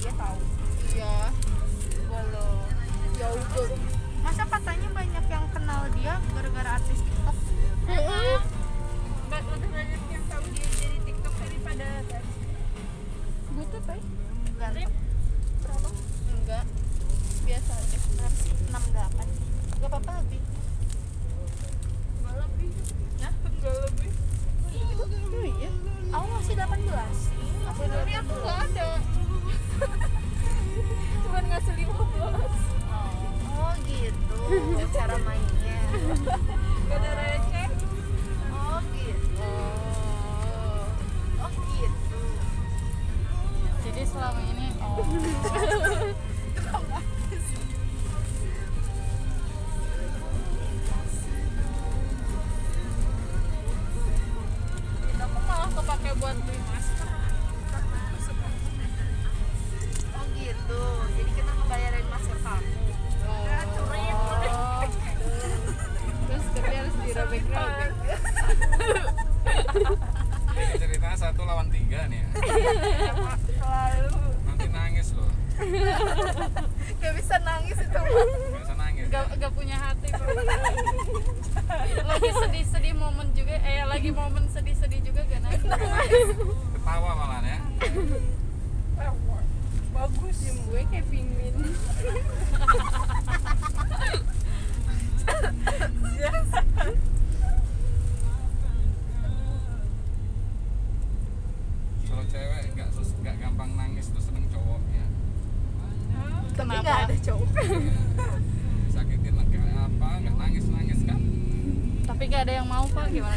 dia tahu iya belum jauh tuh masa katanya banyak yang kenal dia gara-gara artis TikTok Mm-mm. Ba- udah banyak yang tahu dia jadi TikTok daripada gitu teh Rip, ganteng berapa? enggak biasa aja berapa sih enam delapan nggak apa-apa lebih Nggak lebih. Nggak lebih. oh, iya aku masih delapan belas aku Tapi aku nggak ada. Cuman ngasih 15. oh gitu cara mainnya Nggak ada ya, receh. oh gitu oh oh gitu jadi selama ini oh Duit Aku malah kepake buat beli masker. Karena aku suka. oh gitu jadi kita ngebayarin masker kamu Racurin. Oh. terus tapi harus dirobek-robek Ini ceritanya satu lawan tiga nih ya. selalu Nanti nangis loh. gak bisa nangis itu mah. Gak usah nangis. gak, Ya. gak punya hati Bang. lagi sedih-sedih momen juga eh lagi momen sedih-sedih juga gak nangis Ketawa malah ya. Bagus. jam gue kayak pingin Kalau cewek nggak sus nggak gampang nangis tuh seneng cowok ya. tapi Kenapa? gak ada cowok Sakitin lega apa nggak nangis nangis kan. tapi gak ada yang mau pak gimana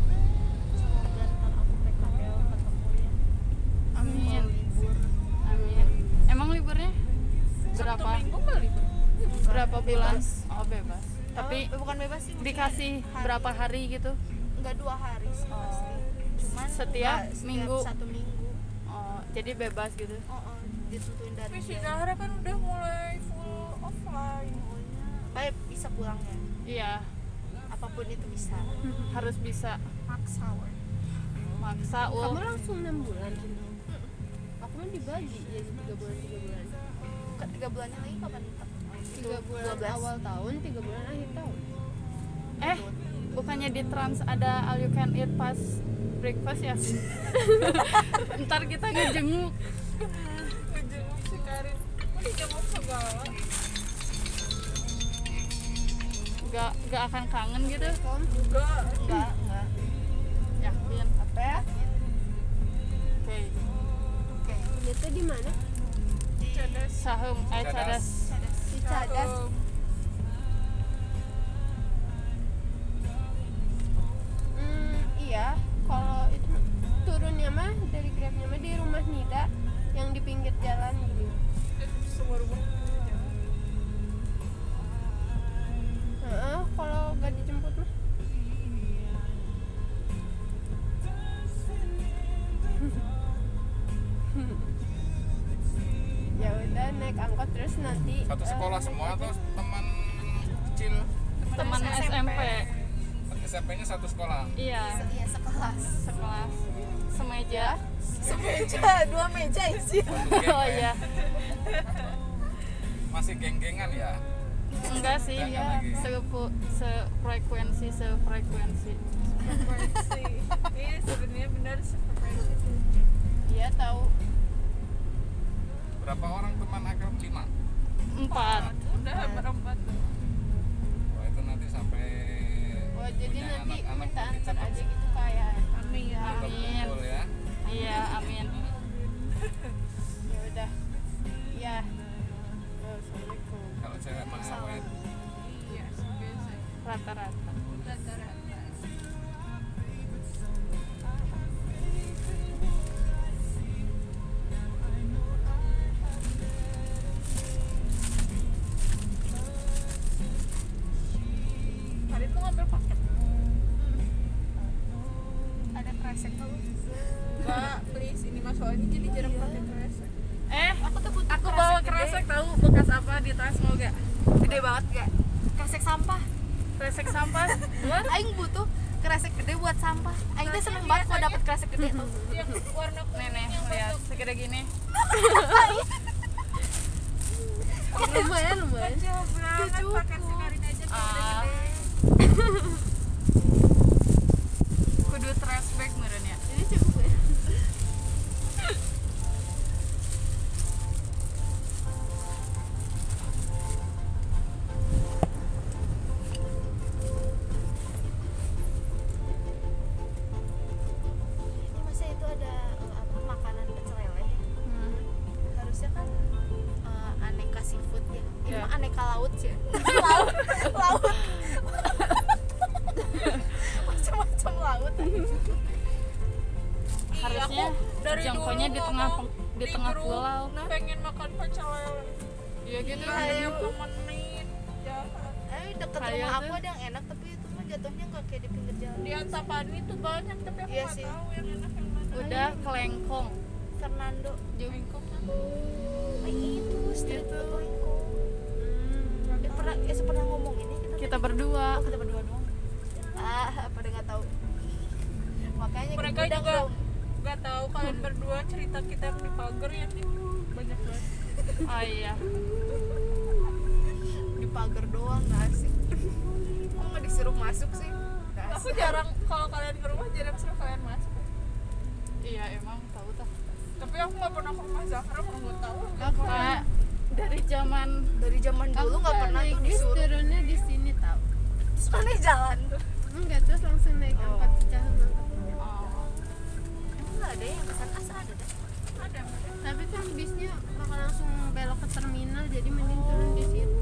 semoga ntar aku PKL ketemu ya amin libur amin emang liburnya berapa Minggu kali. berapa bulan oh bebas tapi Eh, bukan bebas sih maksudnya dikasih hari. berapa hari gitu nggak dua hari sih pasti cuman Setiap nggak Oh. setiap minggu. satu minggu oh jadi bebas gitu oh, oh, ditentuin dari Tapi si dia. Zahra kan udah mulai full offline. Baik, bisa pulang ya iya apapun itu bisa harus bisa maksa weh. maksa kamu ul langsung 6 bulan Oh. aku kan dibagi jadi 3 bulan 3 bulan Ke tiga bulannya lagi kapan ntar? 3 bulan 12. awal tahun 3 bulan akhir tahun eh bukannya di trans ada all you can eat pas breakfast ya ntar kita ngejenguk Ngejenguk si Karin. Kok dijenguk segala? gak gak akan kangen gitu Enggak. enggak enggak yakin apa ya oke oke ini tuh di mana Cerdas. sahum eh Cadas. cadas cadas si cadas Cakep. hmm, iya kalau itu turunnya mah dari grabnya mah di rumah Nida yang di pinggir jalan gini Eh, Semua rumah. Heeh, kalau gak dijemput mah ya udah naik angkot terus nanti Satu eh, sekolah semua atau teman kecil? teman SMP SMP-nya satu sekolah. iya iya sekelas sekelas semeja semeja dua meja isi Satu geng, oh ya. iya Masih geng-gengan ya. enggak sih Jangan ya lagi. sepu sefrekuensi sefrekuensi Frekuensi. Iya sebenarnya benar frekuensi. iya tahu Berapa orang teman akrab lima? empat Udah berempat. Wah itu nanti sampai wah Oh, jadi punya nanti anak-anak minta nanti antar cakep aja gitu kayak Amin ya. tetap Amin. kumpul ya. iya amin ya udah Iya. ya Assalamualaikum Kalau cewek mah awet. Yes. rata-rata rata-rata Karin mau ngambil paket ada kresek kamu Mbak, please, ini mas soalnya jadi jarang pakai kresek eh Aku tuh butuh Iya. Aku bawa gede. kresek tahu bekas apa di tas mau gak? gede banget gak? Kresek sampah. kresek sampah buat Aing butuh kresek gede buat sampah. Aing tuh seneng banget kalau dapet kresek gede tau. Yang warna kuning nenek lihat segede gini lumayan lumayan Kecil banget paket si Karin aja tuh udah Ah. gede kudu trash bag meureun ya ini cukup ya Ini masa itu ada eh, apa makanan pecel lele. ya? Hmm. Harusnya kan eh, aneka seafood ya. Ini Iya. mah aneka laut sih. laut, laut. Macam-macam laut. Ih, harusnya Iya, aku dari jangkonya dulu di tengah ngomong peng- di di tengah grup, pulau nah, pengen makan pecel lele ya gitu Gak ada yang nemenin jahat Eh deket Kayak rumah aku tuh. ada yang enak tapi itu mah jatuhnya nggak kayak di pinggir jalan. di Antapani tuh banyak tapi aku Iya nggak sih. tahu yang enak yang mana udah kelengkong Fernando. kelengkong Oh, Gitu. itu street food Lengko. Hmm. Eh, pernah eh pernah ngomong ini kita, kita berdua kita berdua doang. Ah, pada nggak tahu. Makanya mereka kita juga belum- nggak tahu kalian berdua cerita kita yang di pagar ya nih banyak banget oh iya di pagar doang nggak asik. Kok nggak disuruh masuk sih? Nggak aku asik. jarang kalau kalian ke rumah jarang suruh kalian masuk iya emang tahu tak tapi aku nggak pernah ke rumah Zahra mau nggak tahu karena dari zaman dari zaman dulu nggak pernah naik tuh bis disuruh. turunnya di sini tau Terus mana jalan tuh? enggak terus langsung naik Oh. angkot ke Cahaya oh, Emang nggak ada yang kesan asa ada dah. ada tapi kan bisnya bakal langsung belok ke terminal jadi mending turun di situ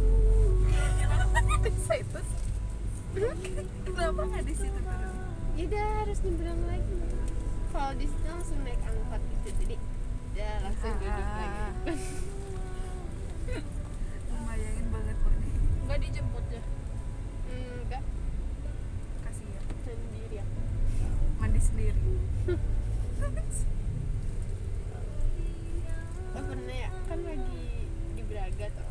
bisa itu kenapa nggak di situ terus ya udah harus nyebrang lagi kalau di situ langsung naik angkot gitu jadi udah Ah, langsung duduk lagi bayangin banget pergi nggak dijemput ya Hmm, enggak kasih ya sendiri ya mandi sendiri oh, pernah ya kan lagi di Braga tuh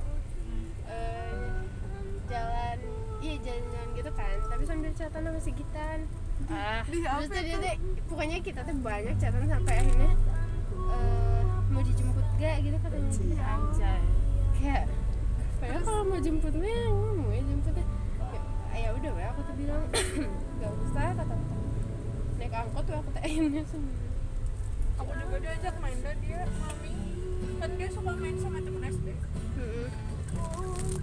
Eh, jalan iya jalan-jalan gitu kan tapi sambil catatan sama si Gitan ah Terus tadi tuh, pokoknya kita tuh banyak catatan sampai akhirnya eh, mau dijemput gak gitu katanya anjay kayak padahal kalau mau jemput mah mau ya jemputnya ya, ya udah weh aku tuh bilang gak usah kata kata naik angkot tuh aku tanya sendiri aku juga diajak main dah dia mami kan dia suka main sama temen SD Mm-mm.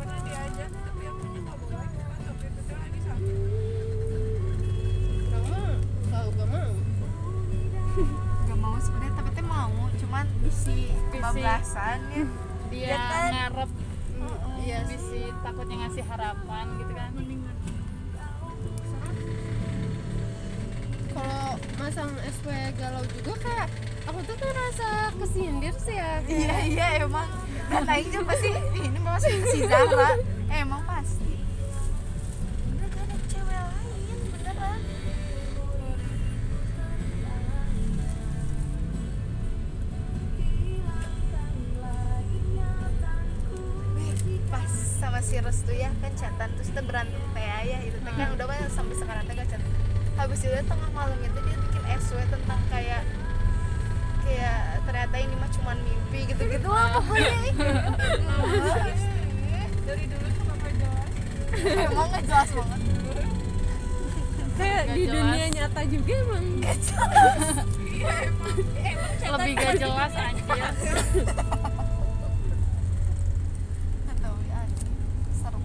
pernah diajak tapi akunya nggak boleh kan waktu itu dia lagi sakit kamu kalau gak mau Gak mau sebenarnya tapi teh mau, cuman bisi kebablasan ya. dia Ya kan? ngarep iya sih bisi takutnya ngasih harapan gitu kan kalau masang SP galau juga kayak aku tuh ngerasa kesindir sih ya kayak Iya iya emang. Dan Aing juga pasti ini memang si si Zara. Eh, Emang pasti. Udah gak ada cewek lain kan? beneran. Wih, pas sama si Restu ya kan chatan terus kita berantem teh ayah itu teh kan udah banyak sampai sekarang teh gak chatan habis itu tengah malam itu dia bikin SW tentang kayak kayak ternyata ini mah cuman mimpi gitu-gitu lah pokoknya dari dulu suka nggak jelas emang nggak jelas banget kayak Gak di jelas. Iya, dunia nyata juga emang lebih gak jelas anjir nggak tahu ya serem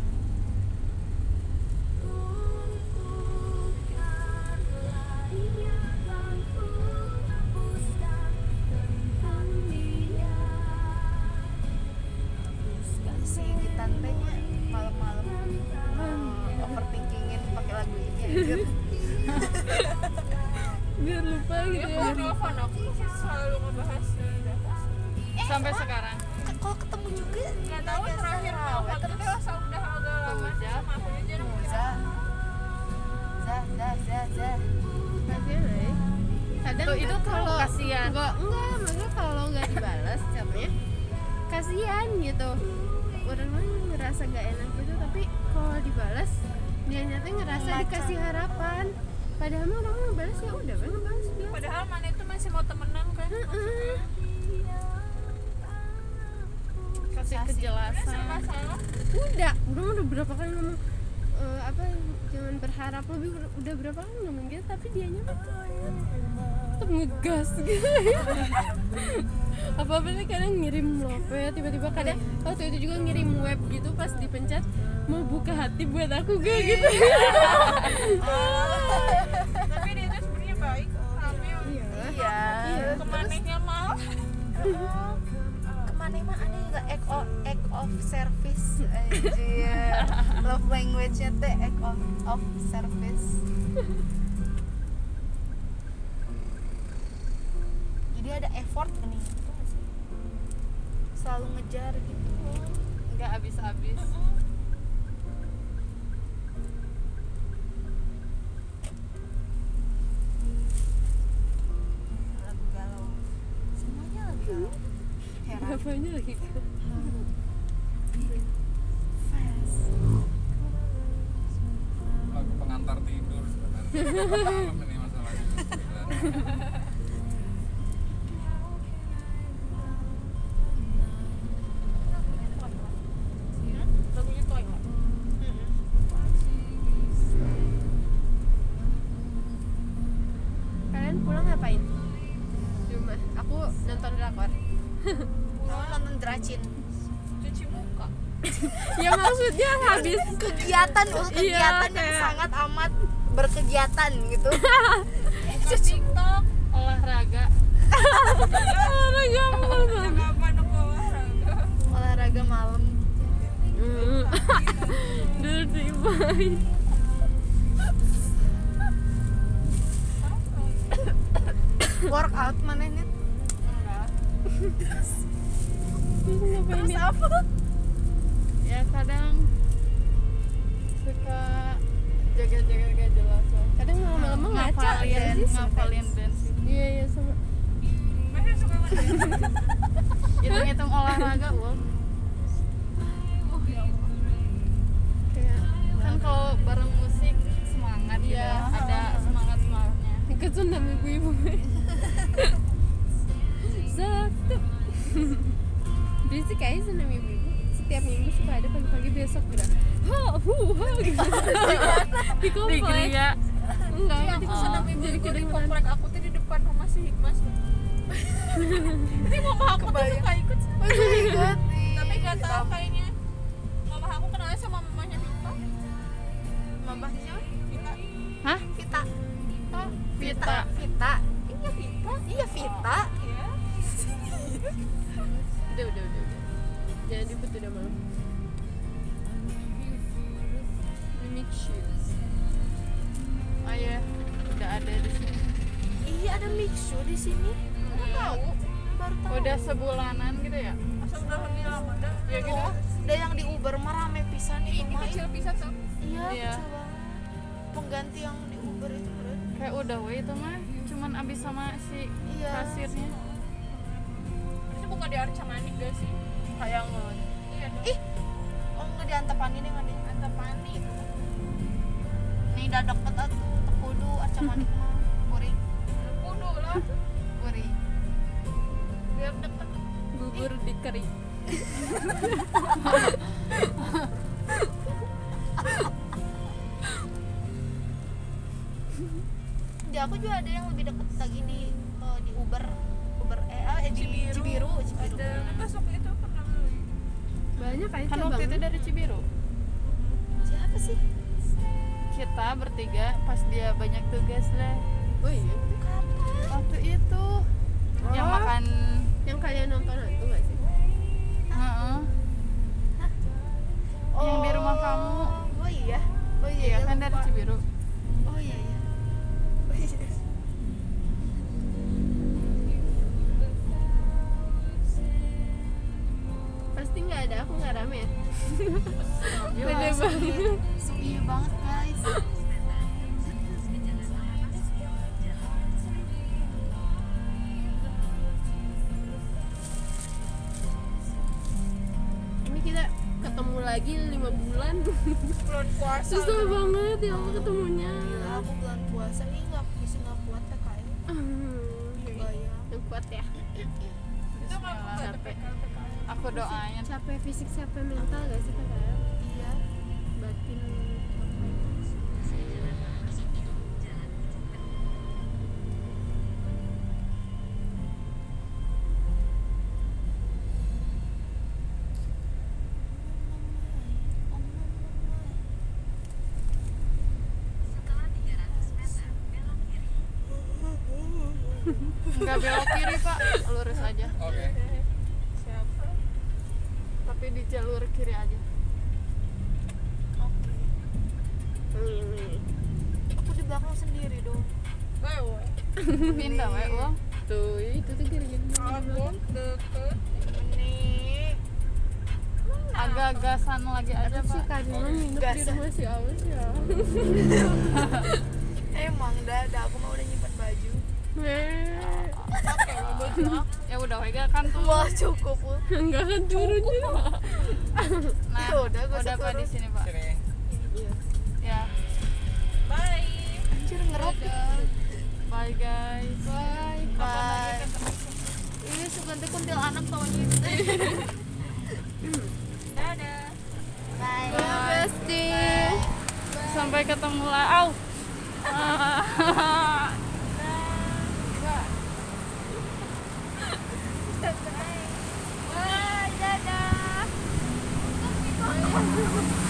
si kita tanya malam-malam eh, overthinkingin anjir biar lupa Dia gitu ya kalau telepon aku masih selalu ngebahas di atas. sampai sekarang Eh, kalau ketemu juga Gak tahu nanya terakhir sama tahu Rawa, kan terus kita asal udah agak lama Sama siapa? sama aku aja dong. Zah Zah Zah Zah Zah kasihan ya kadang Tuh, itu kan kalau kasihan. enggak enggak maksudnya kalau nggak dibalas capnya kasihan gitu orang lain ngerasa nggak enak gitu tapi kalau dibalas dia nyatanya ngerasa Macam. dikasih harapan padahal mah orang ngebalas ya udah kan ngebalas dia Padahal mana itu masih mau temenan kan? Heeh. kasih Kasih. Karena kejelasan serba salah. udah udah udah berapa kali ngomong eh, apa jangan berharap lebih Udah- udah berapa kali ngomong gitu tapi dianya mah tetap ngegas gitu apa apa nih kadang ngirim love ya, tiba-tiba kadang waktu itu juga ngirim web gitu pas dipencet mau buka hati buat aku gue gitu Tapi dia itu sebenarnya baik. Tapi iya Iya kemanehnya malah Kemana mah aneh nggak act of, act of service Anjir Love language-nya teh act of, of service Jadi ada effort nih Selalu ngejar gitu nggak habis-habis Lagu galau Semuanya lagu galau Heran bapaknya lagi galau. Fast lagu pengantar tidur sebenarnya Malam ini masalahnya lagunya toy lah. kalian pulang ngapain di rumah aku nonton drakor Kamu nonton deracin Cuci muka. ya maksudnya habis kegiatan untuk kegiatan yang Iya, kayak- sangat amat berkegiatan gitu Buka TikTok. olahraga Jangan apa nunggu olahraga. olahraga malam Hmm. dirty boy workout mana ini Ngapain terus ya? apa ya kadang suka jaga-jaga gak jelas lah. kadang malam-malam ngaca ngapalin ya sih ngapalin dance iya iya sama Masih suka ngeliat. hitung-hitung olahraga ul kayak kan kalau bareng musik semangat gitu Iya. ada semangat semangatnya ikut senam ibu-ibu Zaktup Berisik aja senam ibu-ibu Setiap minggu suka ada pagi-pagi besok udah Ha, hu, ha gitu Di komplek Enggak, enggak di Aku komplek senang ibu Jadi ibu di kedengeran komplek aku tuh di depan rumah si Hikmas. Jadi mama aku tuh Kebayang. suka ikut. sih. ikut Tapi gak tahu kayaknya. Mama aku kenal sama mamanya Vita. mamahnya Vita. hah Vita Vita. Vita Vita Vita Iya Vita. iya Vita Iya. Udah, udah, udah udah. Jangan diput udah malam Mimik shoes oh iya udah ada di sini iya ada Mixu di sini Mana tahu baru tahu udah sebulanan gitu ya Masa udah lebih lama dah. ya gitu oh udah yang di Uber mah rame pisan itu Ini mah kecil pisah tuh. iya Iya. kecil banget. pengganti yang di Uber itu bro kayak udah we itu mah cuman abis sama si iya kasirnya Itu bukan di Arca Manik gak sih? kayak Iya dong. ih oh nggak di Antapani nih mana Antapani nih udah deket atuh tekudu arcamanik mah kuring Kudu lah. kuring Biar deket. Gugur di kering di aku juga ada yang lebih deket lagi di eh, di Uber Uber eh, ah, eh, di Cibiru Cibiru, Ada. Pas waktu itu pernah Banyak aja kan waktu itu dari Cibiru siapa sih kita bertiga pas dia banyak tugas deh Oh iya waktu itu yang Oh. makan Yang kalian nonton hantu gak sih? Heeh. Yang di rumah kamu. oh iya oh iya iya iya kan dari lupa. Cibiru oh iya iya pasti nggak ada aku nggak rame ya Gila, Beda banget. sunyi banget guys ini kita ketemu lagi lima bulan bulan puasa susah banget ya Allah ketemunya Gila, aku bulan puasa nih nggak bisa nggak kuat ya, PKL Iya. kebayang yang kuat ya kita nggak mau nggak ada Capek. PKL aku doain capek fisik capek mental gak sih kakak iya batin nggak belok kiri pak lurus aja Oke. siapa tapi di jalur kiri aja aku di belakang sendiri dong Wewe pindah wae uang tuh itu tuh gara-gara album deket ini agak-agasan lagi aja aku sih pak kadang nginep di Gas. rumah si Aul ya emang dah dah aku mah udah nyimpan baju Weh. ya udah wae gak kan tuh wah cukup Bu. enggak kan turun juga nah Ya udah, gua udah pak turun. di sini pak Sini. ya bye anjir ngerut bye guys bye bye ini sebentar kuntil anak tahun ini dadah Ya, bye Besti. Sampai ketemu lah. Au. bye dadah